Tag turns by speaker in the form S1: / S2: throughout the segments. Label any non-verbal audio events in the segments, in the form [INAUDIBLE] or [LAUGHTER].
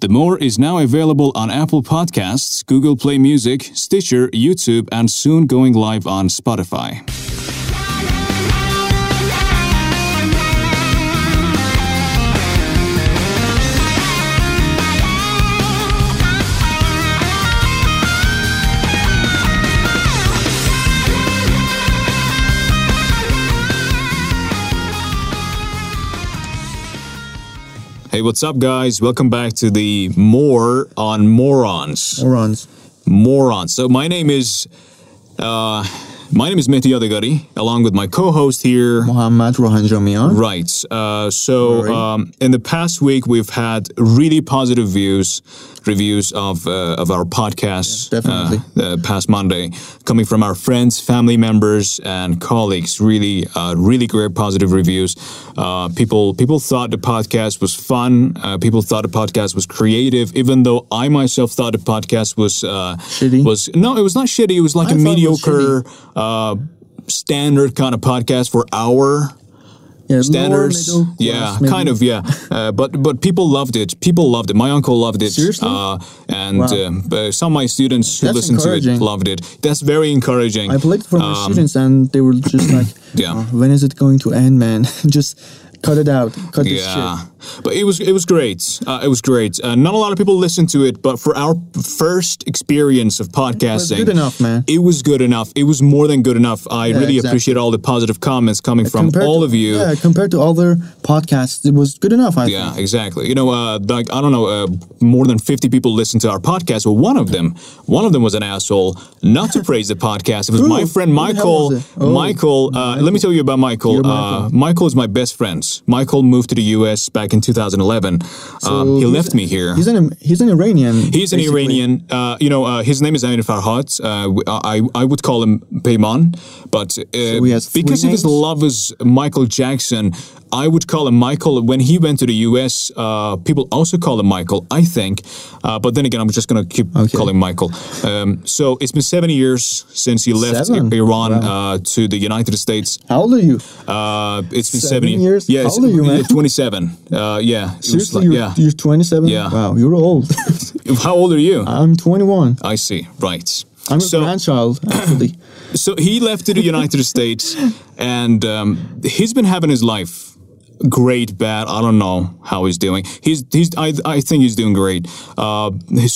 S1: The More is now available on Apple Podcasts, Google Play Music, Stitcher, YouTube, and soon going live on Spotify. Hey, what's up, guys? Welcome back to the More on Morons.
S2: Morons.
S1: Morons. So my name is, uh, my name is Mehdi Adegari, along with my co-host here.
S2: Muhammad Rohan Jamian.
S1: Right. Uh, so
S2: Alright.
S1: um, in the past week, we've had really positive views, reviews of uh, of our podcast.
S2: Yeah, definitely.
S1: Uh, uh, past Monday, coming from our friends, family members, and colleagues. Really, uh, really great positive reviews. Uh, people people thought the podcast was fun. Uh, people thought the podcast was creative. Even though I myself thought the podcast was uh,
S2: Shitty?
S1: Was no, it was not shitty. It was like
S2: I
S1: a
S2: thought it was
S1: mediocre. Uh, Standard kind of podcast for hour
S2: Yeah,
S1: standards.
S2: lower middle
S1: yeah,
S2: class, maybe.
S1: kind of. Yeah, uh, but but people loved it. People loved it. My uncle loved it.
S2: Seriously?
S1: Uh, and
S2: Wow.
S1: uh, uh, some of my students who
S2: That's
S1: listened to it
S2: encouraging.
S1: loved it. That's very encouraging. Um,
S2: I played for my students and they were
S1: [CLEARS THROAT]
S2: just like,
S1: Yeah.
S2: "Oh, when is it going to end, man? [LAUGHS] just cut it out. Cut this
S1: yeah,
S2: shit.
S1: but it was it was great. Uh, it was great. Uh, not a lot of people listened to it, but for our first experience of podcasting,
S2: good enough, man.
S1: It was good enough. It was more than good enough. I really
S2: exactly. Uh,
S1: appreciate all the positive comments coming from
S2: Compared
S1: all
S2: to-
S1: of you.
S2: Yeah, compared to other podcasts, it was good enough, I
S1: Yeah,
S2: think.
S1: exactly. You know, uh, like I don't know, uh, more than fifty people listen to our podcast. Well, one of them, one of them was an asshole. Not to praise the podcast, it was
S2: Who?
S1: my friend
S2: Who the hell
S1: Michael.
S2: was it? Oh.
S1: Michael, uh, let me tell you about Michael.
S2: You're
S1: Uh,
S2: Michael.
S1: Michael is my best friend. Michael moved to the U.S. back in 2011. um, he
S2: he's-
S1: left me here.
S2: He's an he's an Iranian.
S1: He's an
S2: basically.
S1: Iranian. Uh, you know, uh, his name is Amin Farhat. Uh, w- I, I would call him Peyman, but uh,
S2: he has three
S1: because of his
S2: names?
S1: love is Michael Jackson, I would call him Michael. When he went to the U.S., uh, people also call him Michael, I think. Uh, but then again, I'm just going to keep
S2: Okay.
S1: calling him Michael. Um, so it's been seven years since he left
S2: Seven?
S1: I- Iran uh, to the United States.
S2: How old are you?
S1: Uh, it's been
S2: Seven
S1: 70
S2: years?
S1: Yeah,
S2: How
S1: it's-
S2: old are you, man?
S1: yeah, 27. Uh, yeah, it was
S2: Seriously,
S1: like-
S2: you're,
S1: yeah.
S2: you're 27?
S1: Yeah.
S2: Wow, you're
S1: [LAUGHS]
S2: old. [LAUGHS]
S1: How old are you?
S2: I'm 21.
S1: I see. Right.
S2: I'm a
S1: so, [CLEARS THROAT]
S2: grandchild, actually.
S1: so he left to the United States, and um, he's been having his life great, bad. I don't know how he's doing. He's he's. I I think he's doing great. Uh,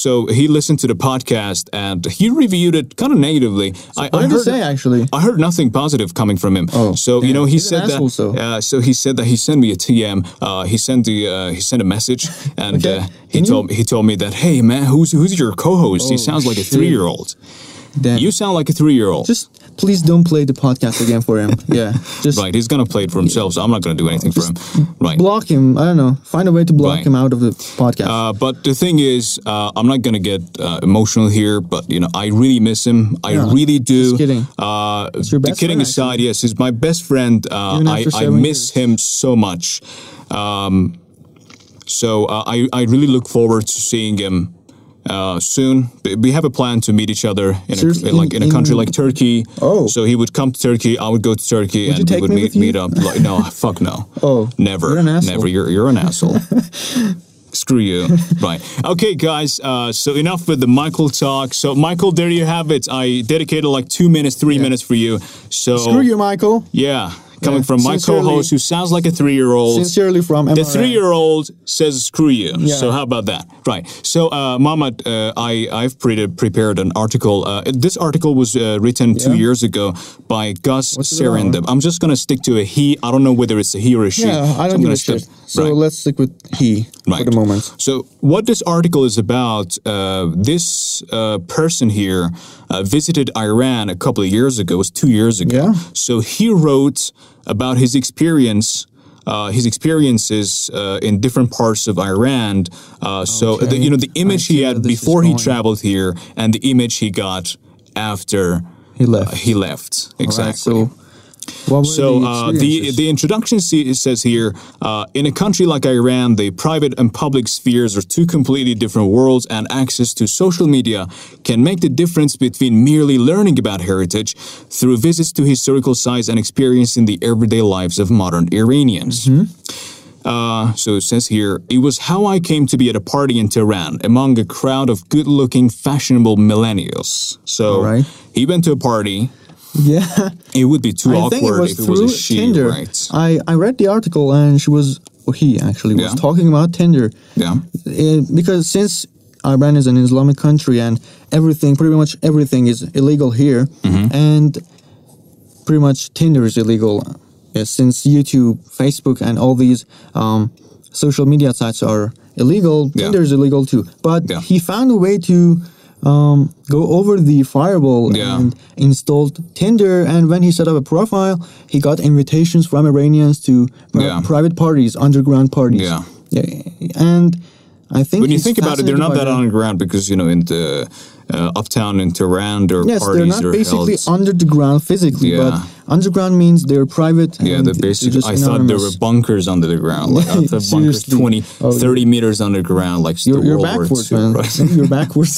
S1: so he listened to the podcast and he reviewed it kind of negatively. I,
S2: What
S1: I
S2: did he
S1: heard
S2: say, actually?
S1: I heard nothing positive coming from him.
S2: Oh,
S1: so you
S2: damn.
S1: know he
S2: He's an
S1: said
S2: asshole,
S1: that.
S2: so.
S1: Uh, so he said that he sent me a TM. Uh, he sent the uh, he sent a
S2: [LAUGHS]
S1: message and
S2: Okay.
S1: uh, he
S2: Can you-
S1: told he told me that hey man who's who's your co-host? he
S2: Oh,
S1: sounds like a
S2: shit.
S1: three year old.
S2: Damn.
S1: You sound like a three year old.
S2: Just please don't play the podcast again for him.
S1: [LAUGHS]
S2: Yeah. Just
S1: Right, he's gonna play it for himself, so I'm not gonna do anything for him. Right.
S2: block him. I don't know. Find a way to block
S1: Right.
S2: him out of the podcast.
S1: Uh, but the thing is, uh, I'm not gonna get uh, emotional here. But you know, I really miss him. I
S2: Yeah,
S1: really do.
S2: just kidding.
S1: Uh, the
S2: your best
S1: kidding
S2: friend,
S1: aside, yes, he's my best friend. Uh,
S2: Even
S1: I,
S2: after
S1: I
S2: seven
S1: miss him so much. Um, so uh, I I really look forward to seeing him. Uh, soon, B- we have a plan to meet each other in a,
S2: Seriously?
S1: like in, a
S2: In-
S1: country like Turkey.
S2: Oh.
S1: so he would come to Turkey. I would go to Turkey,
S2: you
S1: and we
S2: take
S1: would
S2: me
S1: meet,
S2: with you?
S1: meet up. Like, no, [LAUGHS] fuck no.
S2: Oh,
S1: never,
S2: you're an asshole.
S1: never. You're you're an
S2: [LAUGHS]
S1: asshole. Screw you. right. Okay, guys. Uh, so enough with the Michael talk. So Michael, there you have it. I dedicated like two minutes, three minutes for you. So
S2: Screw you, Michael.
S1: Yeah, coming
S2: Yeah,
S1: from my
S2: sincerely-
S1: co-host who sounds like a three-year-old.
S2: Sincerely from MRI.
S1: The three-year-old says "screw you."
S2: Yeah.
S1: So how about that? Right. So, uh, Mama, uh, I I've pre- prepared an article. Uh, this article was uh, written two
S2: Yeah.
S1: years ago by Gus
S2: What's it about?
S1: Serendip. I'm just gonna stick to a he. I don't know whether it's a he or a she.
S2: Yeah, I
S1: So
S2: don't
S1: I'm
S2: give
S1: gonna
S2: a
S1: stick-
S2: shit. So
S1: Right.
S2: let's stick with he
S1: Right.
S2: for the moment.
S1: So, what this article is about, uh, this uh, person here uh, visited Iran a couple of years ago, it was two years ago.
S2: Yeah.
S1: So, he wrote about his experience. Uh, his experiences uh, in different parts of Iran. Uh, so, the, you know, the
S2: Okay.
S1: image
S2: I
S1: he
S2: see
S1: had
S2: where this is
S1: before he
S2: going.
S1: traveled here and the image he got after
S2: He left.
S1: uh, he left. Exactly.
S2: Right, so what were
S1: So
S2: the,
S1: uh, the
S2: experiences? [LAUGHS]
S1: the introduction se- says here, uh, in a country like Iran, the private and public spheres are two completely different worlds, and access to social media can make the difference between merely learning about heritage through
S2: Mm-hmm.
S1: visits to historical sites and experiencing the everyday lives of modern Iranians. Uh, so it says here, it was how I came to be at a party in Tehran among a crowd of good looking, fashionable millennials. So
S2: All right.
S1: he went to a party.
S2: Yeah.
S1: It would be too
S2: I
S1: awkward
S2: think it was
S1: if it
S2: through
S1: was a she,
S2: Tinder.
S1: right?
S2: I, I read the article and she was, or he actually was
S1: Yeah.
S2: talking about Tinder.
S1: Yeah.
S2: Uh, because since Iran is an Islamic country and everything, pretty much everything is illegal here,
S1: Mm-hmm.
S2: and pretty much Tinder is illegal uh, since YouTube, Facebook, and all these um, social media sites are illegal.
S1: Yeah.
S2: Tinder is illegal too. But
S1: Yeah.
S2: he found a way to um, go over the firewall
S1: Yeah.
S2: and installed Tinder. And when he set up a profile, he got invitations from Iranians to pri-
S1: Yeah.
S2: private parties, underground parties.
S1: Yeah.
S2: Yeah, and I think
S1: When you
S2: he's
S1: think about it, they're
S2: fascinated
S1: not
S2: by
S1: that underground because, you know, in the uh, uptown in Tehran, there are
S2: Yes, they're
S1: parties
S2: not
S1: that are
S2: basically
S1: held.
S2: under the ground physically,
S1: Yeah.
S2: but underground means they're private.
S1: Yeah,
S2: and
S1: they're
S2: they're
S1: basically,
S2: just
S1: I thought there were
S2: anonymous.
S1: bunkers under the ground. Like, I thought bunkers
S2: Seriously.
S1: 20,
S2: Oh,
S1: 30 meters underground, like
S2: You're,
S1: the
S2: you're
S1: World War
S2: backwards,
S1: II,
S2: man.
S1: right? [LAUGHS]
S2: [LAUGHS] you're backwards.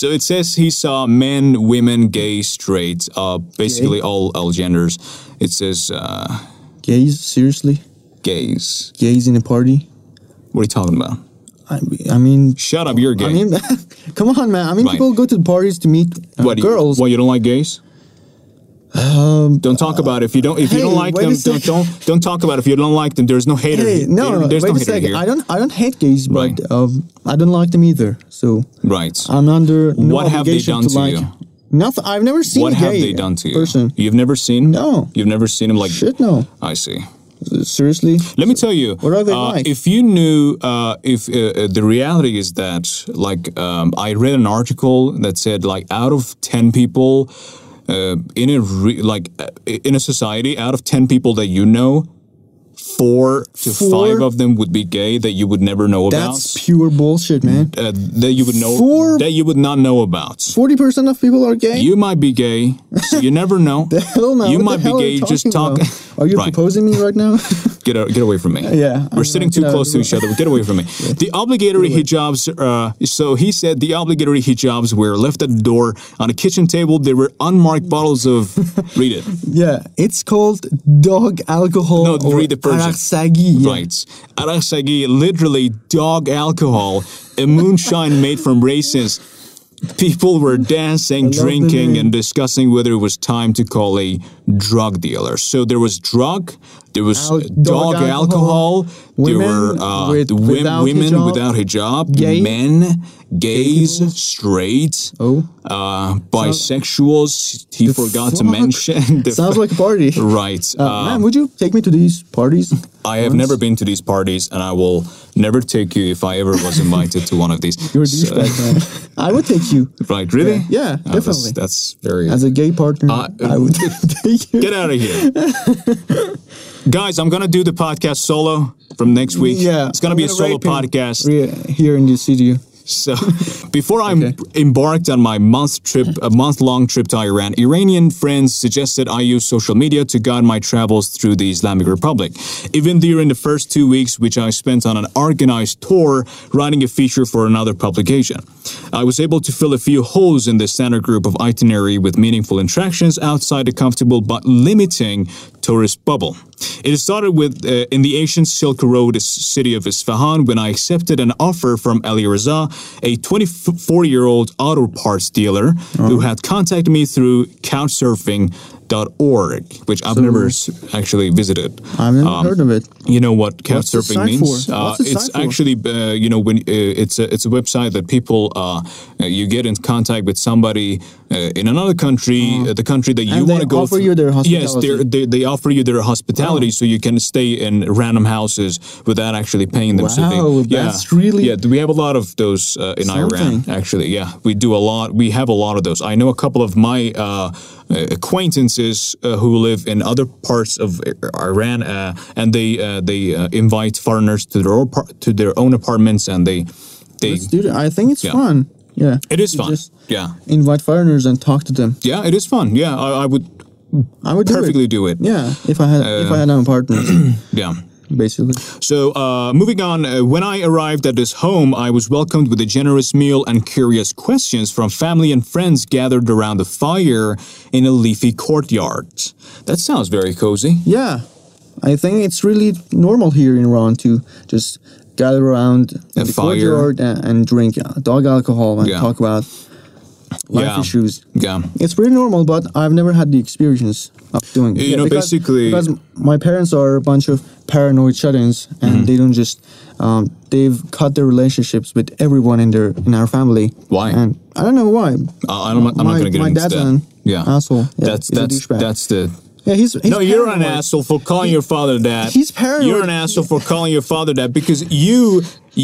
S1: So it says he saw men, women, gay, straight, uh, basically all, all genders. It says uh,
S2: gays, seriously,
S1: gays.
S2: gays in a party.
S1: What are you talking about?
S2: I, I mean,
S1: Shut up, you're gay.
S2: I mean, [LAUGHS] come on, man. I mean,
S1: Right.
S2: people go to the parties to meet uh,
S1: what, do you-
S2: girls.
S1: What you don't like gays? Um, don't talk about it. if you don't if you don't
S2: uh, hey,
S1: like
S2: wait a
S1: them.
S2: sec-
S1: Don't, don't don't talk about it. if you don't like them. There's no hater.
S2: Hey,
S1: here.
S2: no,
S1: There-
S2: no,
S1: there's
S2: wait
S1: no
S2: a
S1: hater
S2: second.
S1: here.
S2: I don't, I don't hate gays,
S1: Right.
S2: but um, I don't like them either. So
S1: right.
S2: I'm under no
S1: What have they
S2: obligation
S1: done to
S2: like
S1: you?
S2: nothing. I've never seen
S1: what
S2: a gay
S1: have they done to you?
S2: Person,
S1: You've never seen?
S2: No.
S1: You've never seen him like
S2: shit, no.
S1: I see.
S2: Seriously,
S1: Let me tell you.
S2: What are they
S1: uh,
S2: like?
S1: If you knew, uh, if uh, uh, the reality is that, like, um, I read an article that said, like, out of ten people uh, in a re- like uh, in a society, out of ten people that you know, four to
S2: Four?
S1: five of them would be gay that you would never know
S2: that's pure bullshit, man.
S1: about. Uh, that you would know
S2: Four?
S1: that you would not know about.
S2: Forty percent of people are gay.
S1: You might be gay, so you never know.
S2: [LAUGHS] Hell no,
S1: you
S2: what the
S1: might
S2: hell are
S1: be gay.
S2: you
S1: just talk. [LAUGHS]
S2: talking about? Are you
S1: Right.
S2: proposing me
S1: [LAUGHS]
S2: right now?
S1: Get, out, get away from me.
S2: Yeah,
S1: We're
S2: I'm
S1: sitting
S2: like,
S1: too
S2: no,
S1: close to each other. Get away
S2: [LAUGHS]
S1: from me. The obligatory hijabs, uh, so he said the obligatory hijabs were left at the door on a kitchen table. There were unmarked bottles
S2: [LAUGHS]
S1: of, read it,
S2: yeah, it's called dog alcohol.
S1: No,
S2: or
S1: read the Persian.
S2: araksagi, yeah.
S1: right. [LAUGHS] Arasagi, literally dog alcohol, a moonshine made from raisins. People were dancing,
S2: the
S1: drinking,
S2: name.
S1: and discussing whether it was time to call a drug dealer. So there was drug, there was
S2: Al-
S1: dog,
S2: dog
S1: alcohol, there
S2: women
S1: were uh,
S2: with-
S1: the wim-
S2: without
S1: women
S2: hijab,
S1: without hijab,
S2: gay-
S1: men, gays, straight,
S2: Oh.
S1: uh, bisexuals. He forgot to
S2: fuck?
S1: mention. the
S2: Sounds
S1: fa-
S2: like a party.
S1: right.
S2: Uh, man, would you take me to
S1: [LAUGHS]
S2: these parties?
S1: I have never been to these parties, and I will never take you if I ever was invited to one of these.
S2: [LAUGHS] You're a
S1: So- [LAUGHS]
S2: douchebag, man. I would take you
S1: right? Really?
S2: Yeah,
S1: Oh, that's-
S2: definitely.
S1: That's, very.
S2: as a gay partner.
S1: Uh,
S2: I would [LAUGHS] take you.
S1: Get out of
S2: [LAUGHS]
S1: here, guys! I'm gonna do the podcast solo from next week.
S2: Yeah,
S1: it's gonna
S2: I'm
S1: be a
S2: gonna
S1: solo
S2: rape him.
S1: podcast.
S2: Re- here in the studio.
S1: So, [LAUGHS] before I
S2: Okay.
S1: embarked on my month trip, a month long trip to Iran, Iranian friends suggested I use social media to guide my travels through the Islamic Republic. Even during the first two weeks, which I spent on an organized tour writing a feature for another publication, I was able to fill a few holes in the standard group of itinerary with meaningful interactions outside the comfortable but limiting tourist bubble. It started with uh, in the ancient Silk Road s- city of Isfahan when I accepted an offer from Ali Raza, a 24 year old auto parts dealer
S2: Oh.
S1: who had contacted me through couchsurfing.org, which I've never s- actually visited. Um,
S2: I've never heard of it.
S1: You know what
S2: What's it
S1: couchsurfing
S2: signed
S1: means?
S2: for? What's it
S1: it's
S2: signed for?
S1: actually uh, you know when uh, it's a it's a website that people uh, you get in contact with somebody uh, in another country, uh, the country that you
S2: Uh-huh. And they
S1: want to go.
S2: offer
S1: through.
S2: you their
S1: Yes,
S2: hospitality. Oh.
S1: they're- they they offer you their hospitality, so you can stay in random houses without actually paying them. so they-
S2: Wow,
S1: yeah,
S2: that's really-
S1: yeah. We have a lot of those uh, in Iran,
S2: Something.
S1: actually. Yeah, we do a lot. We have a lot of those. I know a couple of my uh, acquaintances uh, who live in other parts of I- Iran, uh, and they uh, they uh, invite foreigners to their own par- to their own apartments, and they they.
S2: Let's do that. I think it's
S1: Yeah.
S2: fun. Yeah,
S1: It is
S2: You
S1: fun.
S2: Just
S1: Yeah,
S2: invite foreigners and talk to them.
S1: yeah, it is fun. Yeah, I, I would
S2: I would do it.
S1: perfectly Uh, do it.
S2: Yeah, if I had if I had an
S1: [CLEARS THROAT]
S2: apartment,
S1: yeah.
S2: basically.
S1: So, uh, moving on, uh, when I arrived at this home, I was welcomed with a generous meal and curious questions from family and friends gathered around the fire in a leafy courtyard. That sounds very cozy.
S2: Yeah, I think it's really normal here in Iran to just gather around
S1: And
S2: the
S1: fire.
S2: courtyard and, and drink uh, dog alcohol and
S1: Yeah.
S2: talk about life
S1: Yeah.
S2: issues.
S1: Yeah.
S2: It's pretty normal, but I've never had the experience of doing it.
S1: You know,
S2: because,
S1: basically-
S2: because my parents are a bunch of paranoid shut-ins, and
S1: Mm-hmm.
S2: they don't just um, they've cut their relationships with everyone in their in our family.
S1: Why?
S2: And I don't know why.
S1: I- I'm, not- I'm
S2: My-
S1: not going to get
S2: my
S1: into
S2: dad's
S1: that.
S2: an
S1: yeah.
S2: asshole. Yeah,
S1: that's
S2: he's a
S1: that's
S2: douchebag.
S1: that's the.
S2: Yeah, he's, he's
S1: No, you're an
S2: paranoid.
S1: asshole for calling your father that.
S2: he's paranoid.
S1: You're an asshole for calling your father that because you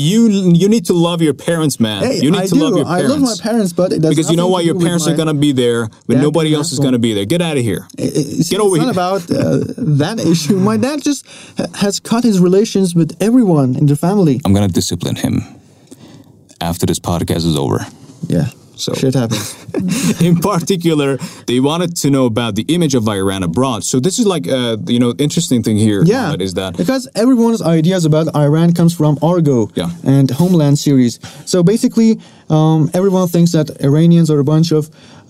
S1: you you need to love your parents, man.
S2: Hey,
S1: you need
S2: I
S1: to
S2: do.
S1: love your
S2: I
S1: parents.
S2: love my parents, but it does
S1: because you know
S2: nothing
S1: what,
S2: to
S1: your
S2: do with
S1: parents
S2: my-
S1: are going to be there, but
S2: Dad
S1: nobody
S2: being an
S1: else is
S2: asshole.
S1: going to be there. Get out of here.
S2: It's,
S1: Get over
S2: Eh,
S1: here.
S2: it's not about uh, that issue. My dad just ha- has cut his relations with everyone in the family.
S1: I'm going to discipline him after this podcast is over.
S2: Yeah,
S1: So-
S2: so shit happens.
S1: [LAUGHS] in particular, they wanted to know about the image of Iran abroad. So this is like, uh, you know, interesting thing here.
S2: Yeah,
S1: Mohammed, is that
S2: because everyone's ideas about Iran comes from Argo
S1: Yeah.
S2: and Homeland series. So basically, um, everyone thinks that Iranians are a bunch of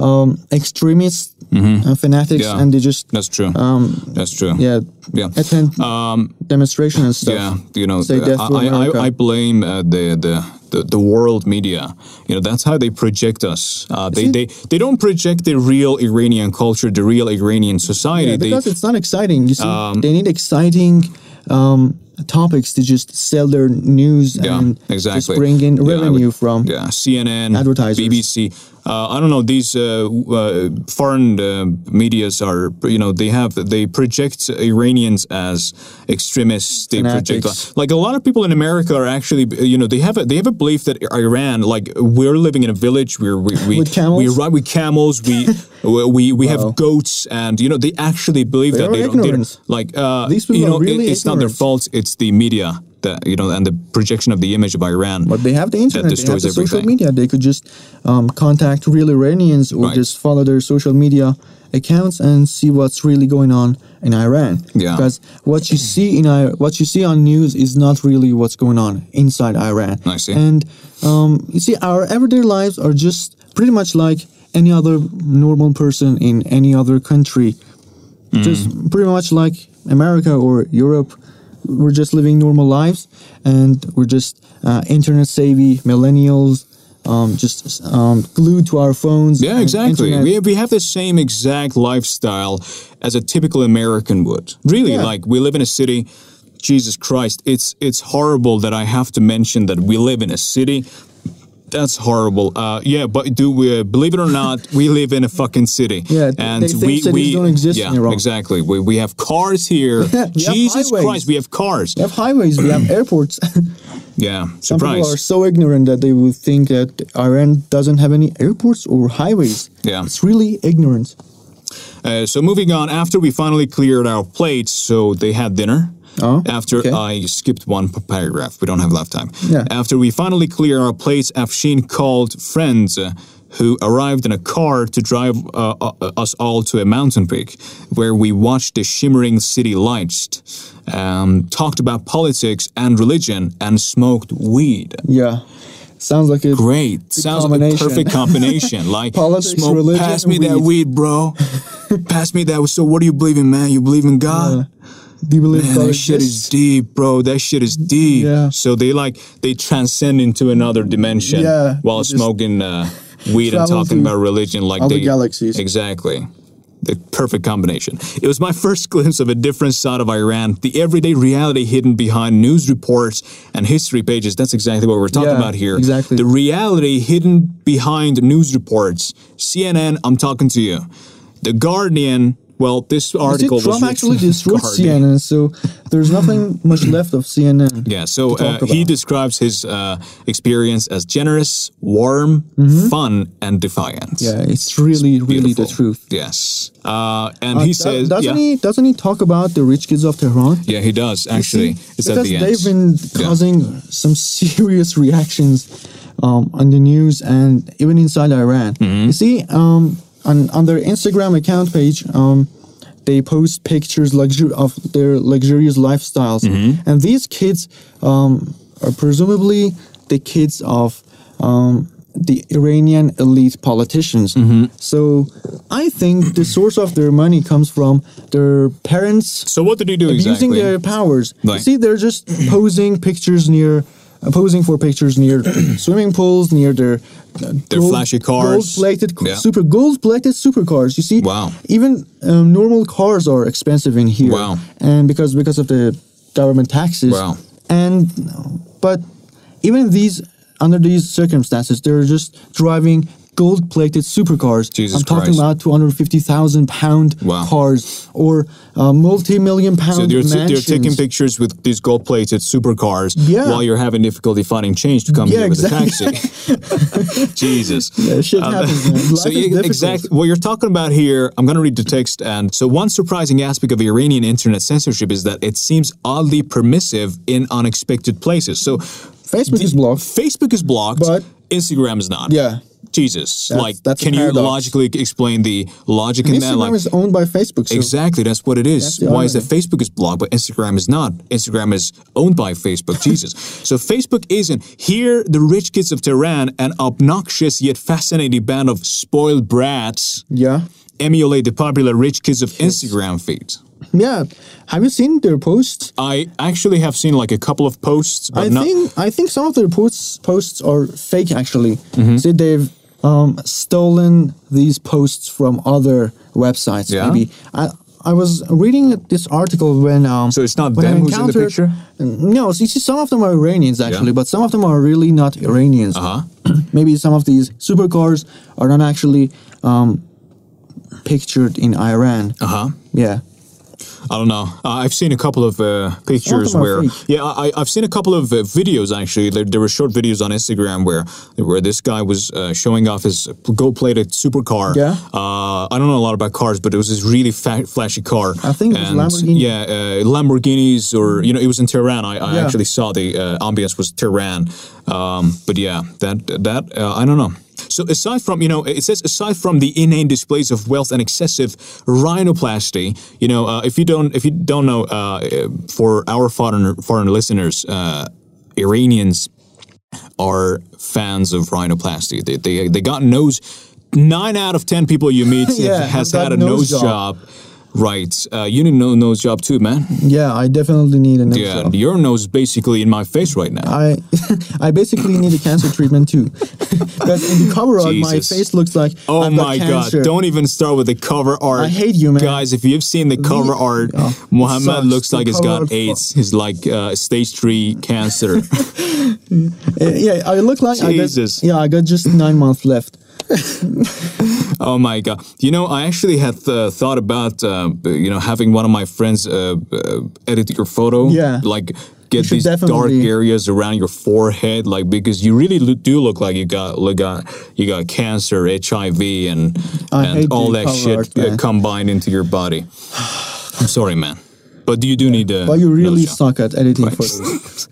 S2: um, extremists and fanatics,
S1: Mm-hmm. Yeah.
S2: and they just
S1: that's true. that's true.
S2: um, yeah
S1: Yeah. Um,
S2: attend demonstration and stuff.
S1: Yeah, you know,
S2: Say death
S1: I,
S2: to
S1: I,
S2: America.
S1: I, I blame uh, the, the the the world media. You know, that's how they project us. Uh, they,
S2: See?
S1: they they don't project the real Iranian culture, the real Iranian society.
S2: Yeah, because
S1: they, Um,
S2: it's not exciting. You see, they need exciting um, topics to just sell their news and
S1: yeah, exactly.
S2: just bring in
S1: Yeah, I would-
S2: revenue from.
S1: yeah CNN,
S2: Advertisers.
S1: BBC. Uh, I don't know. These uh, uh, foreign uh, media's are you know they have they project Iranians as extremists. They
S2: Fanatics.
S1: project like a lot of people in America are actually you know they have a, they have a belief that Iran like we're living in a village we're, we we
S2: With camels?
S1: we ride with camels
S2: [LAUGHS]
S1: we we, we, we have goats and you know they actually believe
S2: They
S1: that
S2: are
S1: they don't, they don't
S2: ignorant.
S1: like uh,
S2: These people
S1: you know
S2: are really
S1: it- it's not their
S2: ignorant.
S1: fault it's the media that you know and the projection of the image of Iran.
S2: But they have the internet, they have
S1: destroys
S2: the social
S1: everything.
S2: media. They could just um, contact real Iranians or
S1: Right.
S2: just follow their social media accounts and see what's really going on in Iran.
S1: Yeah.
S2: Because what you see in I- what you see on news is not really what's going on inside Iran.
S1: I see.
S2: And um, you see, our everyday lives are just pretty much like any other normal person in any other country. Just pretty much like America or Europe. We're just living normal lives, and we're just uh, internet savvy millennials, um, just um, glued to our phones.
S1: Yeah,
S2: and
S1: exactly.
S2: internet.
S1: We have, we have the same exact lifestyle as a typical American would. Really,
S2: Yeah.
S1: like we live in a city. Jesus Christ, it's it's horrible that I have to mention that we live in a city. That's horrible. Uh, yeah, but do we believe it or not? we live in a fucking city.
S2: Yeah, they
S1: and
S2: think
S1: we
S2: cities
S1: we
S2: don't exist
S1: yeah,
S2: in Iran.
S1: exactly. We, we have cars here.
S2: [LAUGHS] We have
S1: Jesus
S2: highways.
S1: Christ, we have cars.
S2: We have highways, we have [COUGHS] airports.
S1: Yeah,
S2: Some people are
S1: surprise.
S2: so ignorant that they would think that Iran doesn't have any airports or highways.
S1: Yeah.
S2: It's really ignorant.
S1: Uh, so moving on, after we finally cleared our plates, so they had dinner.
S2: Oh,
S1: after
S2: okay.
S1: I skipped one p- paragraph, we don't have enough time.
S2: Yeah.
S1: After we finally cleared our plates, Afshin called friends uh, who arrived in a car to drive uh, uh, us all to a mountain peak, where we watched the shimmering city lights, um, talked about politics and religion, and smoked weed.
S2: Yeah. Sounds like a
S1: Great. Sounds like a
S2: combination.
S1: perfect
S2: [LAUGHS]
S1: combination. Like
S2: Politics,
S1: smoke,
S2: religion,
S1: pass me that
S2: weed.
S1: weed,
S2: [LAUGHS]
S1: bro. pass me that. So what do you believe in, man? You believe in God?
S2: Do you believe
S1: Man,
S2: God
S1: that shit
S2: exists?
S1: is deep, bro. That shit is deep.
S2: Yeah.
S1: So they like they transcend into another dimension
S2: Yeah,
S1: while
S2: they just
S1: smoking uh, weed and
S2: travel
S1: talking
S2: to
S1: about religion like
S2: other
S1: they
S2: galaxies.
S1: Exactly. The perfect combination. It was my first glimpse of a different side of Iran, the everyday reality hidden behind news reports and history pages. That's exactly what we're talking
S2: Yeah,
S1: about here.
S2: exactly.
S1: The reality hidden behind news reports. CNN, I'm talking to you. The Guardian, well, this
S2: See,
S1: article
S2: Trump
S1: was [LAUGHS]
S2: [LAUGHS] actually destroyed
S1: Guardian.
S2: CNN, so there's [COUGHS] nothing much left of CNN.
S1: Yeah, so
S2: to talk
S1: uh, he
S2: about.
S1: describes his uh, experience as generous, warm, fun, and defiant.
S2: Mm-hmm. Yeah, it's really, really the
S1: Beautiful.
S2: truth.
S1: Yes, uh, and he
S2: Do-
S1: says,
S2: doesn't
S1: yeah,
S2: he? Doesn't he talk about the rich kids of Tehran?
S1: yeah, he does actually.
S2: See,
S1: It's at
S2: because
S1: the end.
S2: they've been
S1: Yeah.
S2: causing some [LAUGHS] serious reactions um, on the news and even inside Iran.
S1: Mm-hmm.
S2: You see, um, on on their Instagram account page, um, they post pictures luxur- of their luxurious lifestyles,
S1: Mm-hmm.
S2: and these kids um, are presumably the
S1: Mm-hmm.
S2: kids of um, the Iranian elite politicians. So I think the source of their money comes from their parents
S1: So what did he do exactly?
S2: abusing their powers. You
S1: Right.
S2: See, they're just posing pictures near, uh, posing for pictures
S1: [CLEARS THROAT]
S2: near swimming pools, near their uh,
S1: Their flashy cars.
S2: gold-plated c-
S1: Yeah.
S2: super gold-plated supercars. You see,
S1: Wow.
S2: Even um, normal cars are expensive in here.
S1: Wow.
S2: And because because of the government taxes.
S1: Wow.
S2: And but even these under these circumstances, they're just driving gold-plated supercars.
S1: Jesus
S2: I'm talking
S1: Christ.
S2: about 250,000 pound
S1: Wow.
S2: cars or uh, multi-million pound
S1: So they're, t- they're
S2: mansions.
S1: taking pictures with these gold plated supercars
S2: Yeah.
S1: while you're having difficulty finding change to come
S2: Yeah,
S1: here with a taxi. [LAUGHS] Jesus.
S2: [LAUGHS]
S1: Um,
S2: Yeah, shit happens, man. Life
S1: so
S2: is
S1: you,
S2: difficult.
S1: exactly what you're talking about here, I'm going to read the text. And so, one surprising aspect of Iranian internet censorship is that it seems oddly permissive in unexpected places. So,
S2: Facebook
S1: the-
S2: is blocked.
S1: Facebook is blocked,
S2: But-
S1: Instagram is not.
S2: Yeah.
S1: Jesus,
S2: That's-
S1: like,
S2: that's a
S1: can you
S2: paradox.
S1: logically explain the logic in that?
S2: Instagram
S1: Like,
S2: is owned by Facebook. So
S1: Exactly, that's what it
S2: That's
S1: is.
S2: the
S1: Why is that
S2: irony.
S1: Facebook is blocked, but Instagram is not? Instagram is owned by
S2: [LAUGHS]
S1: Facebook. Jesus. So Facebook isn't. Here, the rich kids of Tehran, an obnoxious yet fascinating band of spoiled brats,
S2: Yeah.
S1: emulate the popular rich kids of Instagram feed.
S2: Yeah. Have you seen their posts?
S1: I actually have seen like a couple of posts, but
S2: I
S1: not.
S2: think I think some of their posts posts are fake actually.
S1: Mm-hmm.
S2: See they've um, stolen these posts from other websites
S1: Yeah?
S2: maybe. I I was reading this article when um
S1: So it's not
S2: when I
S1: them who's in the
S2: encountered-
S1: picture?
S2: No, see, see, some of them are Iranians actually, but some of them are really not Iranians.
S1: Uh-huh.
S2: [CLEARS THROAT] maybe some of these supercars are not actually um, pictured in Iran.
S1: Uh huh.
S2: Yeah.
S1: I don't know. Uh, I've seen a couple of uh, pictures
S2: them are
S1: where,
S2: fake.
S1: yeah, I, I've seen a couple of uh, videos actually. There, there were short videos on Instagram where where this guy was uh, showing off his gold-plated supercar.
S2: Yeah.
S1: Uh, I don't know a lot about cars, but it was this really fa- flashy car.
S2: I think it was Lamborghini.
S1: Yeah, uh, Lamborghinis or you know, it was in Tehran. I, I
S2: Yeah.
S1: actually saw the uh, ambience was Tehran. Um, but yeah, that that uh, I don't know. So aside from you know, it says aside from the inane displays of wealth and excessive rhinoplasty, you know, uh, if you don't if you don't know, uh, uh, for our foreign foreign listeners, uh, Iranians are fans of rhinoplasty. They they, they got nose. Nine out of ten people you meet
S2: [LAUGHS] Yeah,
S1: has
S2: have
S1: had
S2: got
S1: a nose
S2: nose
S1: job. Right. Uh, you need a nose job too, man.
S2: Yeah, I definitely need an
S1: Yeah,
S2: extra.
S1: your nose is basically in my face right now.
S2: I, [LAUGHS] I basically need a cancer treatment too. [LAUGHS] Because in the cover art, my
S1: Jesus.
S2: face looks like
S1: Oh
S2: I've got
S1: my
S2: cancer.
S1: god, don't even start with the cover art.
S2: I hate you, man.
S1: Guys, if you've seen the cover art,
S2: Oh,
S1: Muhammad
S2: sucks.
S1: looks
S2: The
S1: like he's
S2: cover
S1: got
S2: art
S1: AIDS. He's like uh, stage 3
S2: [LAUGHS]
S1: cancer.
S2: Uh, Yeah, I look like
S1: Jesus.
S2: I got, yeah, I got just nine months left.
S1: oh my god. You know, I actually had uh, thought about uh, you know having one of my friends uh, uh, edit your photo.
S2: Yeah.
S1: Like get
S2: should
S1: these dark
S2: definitely-
S1: areas around your forehead like because you really lo- do look like you got look got you got cancer, HIV and
S2: I hate
S1: and all
S2: the
S1: that
S2: cover
S1: shit
S2: art,
S1: uh,
S2: man.
S1: combined into your body. I'm sorry, man. But you do need a
S2: But you really
S1: nose job.
S2: suck at editing photos.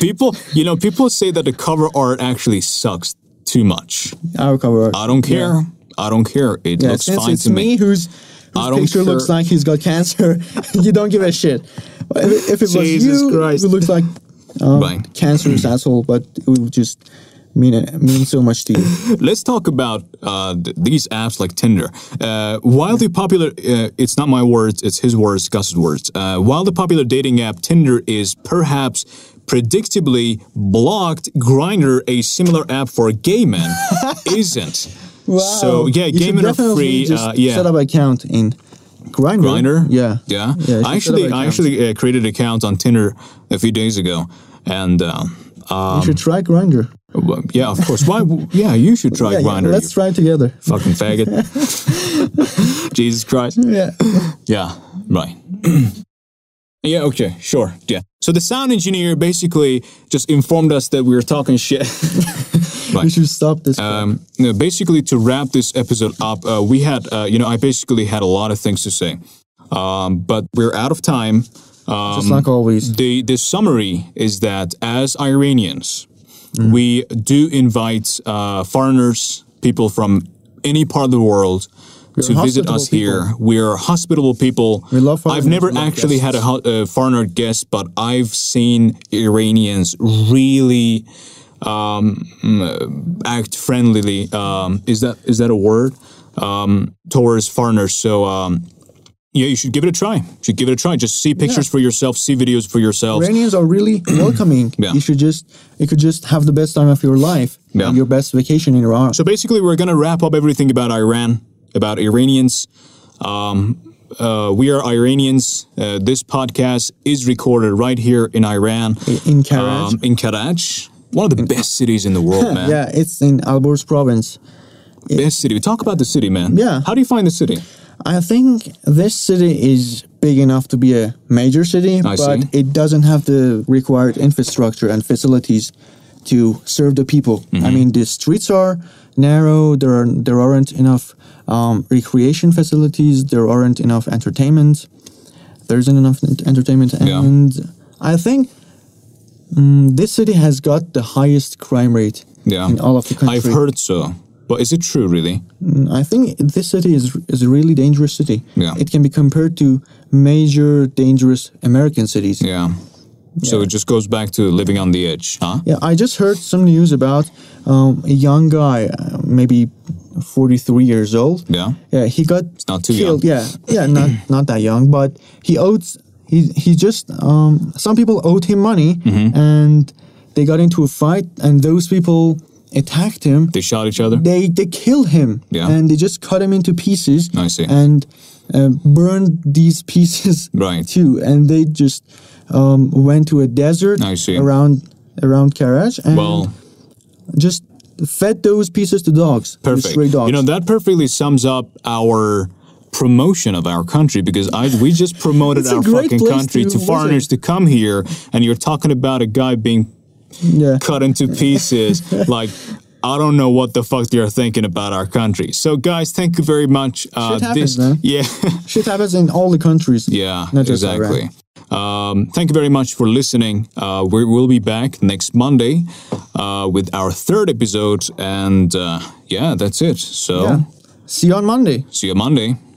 S1: people you know people say that the cover art actually sucks too much
S2: [LAUGHS] Our cover art.
S1: i don't care i don't care it
S2: Yeah,
S1: looks
S2: since
S1: fine
S2: it's
S1: to me,
S2: who's whose
S1: I don't
S2: picture looks
S1: care.
S2: like he's got cancer, [LAUGHS] you don't give a shit. But If, if it was
S1: Jesus
S2: you,
S1: Christ.
S2: it looks like um,
S1: Bye.
S2: cancerous asshole, but it would just mean it mean so much to you.
S1: let's talk about uh, th- these apps like tinder uh, wildly popular uh, it's not my words it's his words gus's words uh, while the popular dating app tinder is perhaps predictably blocked grinder a similar app for gay
S2: [LAUGHS]
S1: men isn't so yeah
S2: you
S1: gay
S2: should
S1: men are
S2: definitely
S1: free
S2: Just
S1: uh, yeah
S2: set up an account in Grindr.
S1: Grindr.
S2: Yeah,
S1: yeah.
S2: you should set
S1: I
S2: up
S1: actually,
S2: an
S1: I
S2: account.
S1: actually uh, created an account on Tinder a few days ago, and um,
S2: you should try Grinder.
S1: well, yeah, of course. Why? Yeah, you should try
S2: Yeah, yeah,
S1: Grinder.
S2: let's try together. [LAUGHS]
S1: fucking faggot. [LAUGHS] Jesus Christ.
S2: Yeah,
S1: Yeah, right. [CLEARS THROAT] yeah, okay, sure. Yeah. So the sound engineer basically just informed us that we were talking shit. [LAUGHS]
S2: we should stop this.
S1: um, no, basically to wrap this episode up uh, we had uh, you know i basically had a lot of things to say um, but we're out of time um,
S2: Just like always.
S1: the, the summary is that as iranians we do invite uh, foreigners people from any part of the world to visit
S2: hospitable
S1: us here we are hospitable people
S2: We love
S1: i've
S2: foreigners,
S1: never
S2: we love
S1: actually had uh, a, ho- a foreigner guest but i've seen iranians really um, mm, uh, act friendlily. Um, is that is that a word um, towards foreigners? So. Um, yeah, you should give it a try. You should give it a try. Just see pictures for yourself, see videos for yourselves.
S2: Iranians are
S1: [CLEARS THROAT]
S2: really welcoming.
S1: Yeah.
S2: You should just you could just have the best time of your life,
S1: Yeah.
S2: and your best vacation in Iran.
S1: So basically, we're going to wrap up everything about Iran, about Iranians. Um, uh, we are Iranians. Uh, this podcast is recorded right here in Iran,
S2: in Karaj.
S1: um, in Karach, one of the best cities in the world, man.
S2: [LAUGHS] yeah, it's in Alborz province.
S1: Best city. Talk about the city, man.
S2: Yeah.
S1: How do you find the city?
S2: I think this city is big enough to be a major city,
S1: I
S2: but
S1: see.
S2: it doesn't have the required infrastructure and facilities to serve the people.
S1: Mm-hmm.
S2: I mean, the streets are narrow. There are there aren't enough um, recreation facilities. There aren't enough entertainment. There isn't enough ent- entertainment,
S1: Yeah.
S2: and I think. mm, this city has got the highest crime rate
S1: Yeah.
S2: in all of the country.
S1: I've heard so. But is it true, really?
S2: I think this city is is a really dangerous city.
S1: Yeah.
S2: It can be compared to major dangerous American cities.
S1: Yeah. So it just goes back to living on the edge, huh?
S2: Yeah, I just heard some news about um, a young guy, uh, maybe 43 years old.
S1: Yeah.
S2: Yeah, he got
S1: not too
S2: killed. Yeah, yeah,
S1: [CLEARS THROAT]
S2: not not that young, but he owed he he just um, some people owed him money
S1: Mm-hmm.
S2: and they got into a fight and those people attacked him.
S1: They shot each other?
S2: they they killed him
S1: Yeah.
S2: and they just cut him into pieces
S1: I see.
S2: and uh, burned these pieces [LAUGHS]
S1: Right.
S2: too and they just um, went to a desert
S1: I see.
S2: around around Karaj and
S1: Well,
S2: just fed those pieces to dogs to
S1: Perfect.
S2: stray dogs
S1: You know that perfectly sums up our promotion of our country because I we just promoted
S2: It's a
S1: our
S2: great
S1: fucking
S2: place
S1: country
S2: to
S1: to, foreigners to come here, and you're talking about a guy being
S2: yeah
S1: cut into
S2: [LAUGHS]
S1: pieces like. I don't know what the fuck you're thinking about our country. So, guys, thank you very much. Uh,
S2: happens, man.
S1: [LAUGHS] yeah,
S2: shit happens in all the countries
S1: yeah,
S2: not just
S1: exactly.
S2: Iran.
S1: Um, thank you very much for listening. Uh, we will be back next Monday uh, with our third episode, and uh, yeah, that's it. So,
S2: yeah see you on Monday
S1: see you Monday.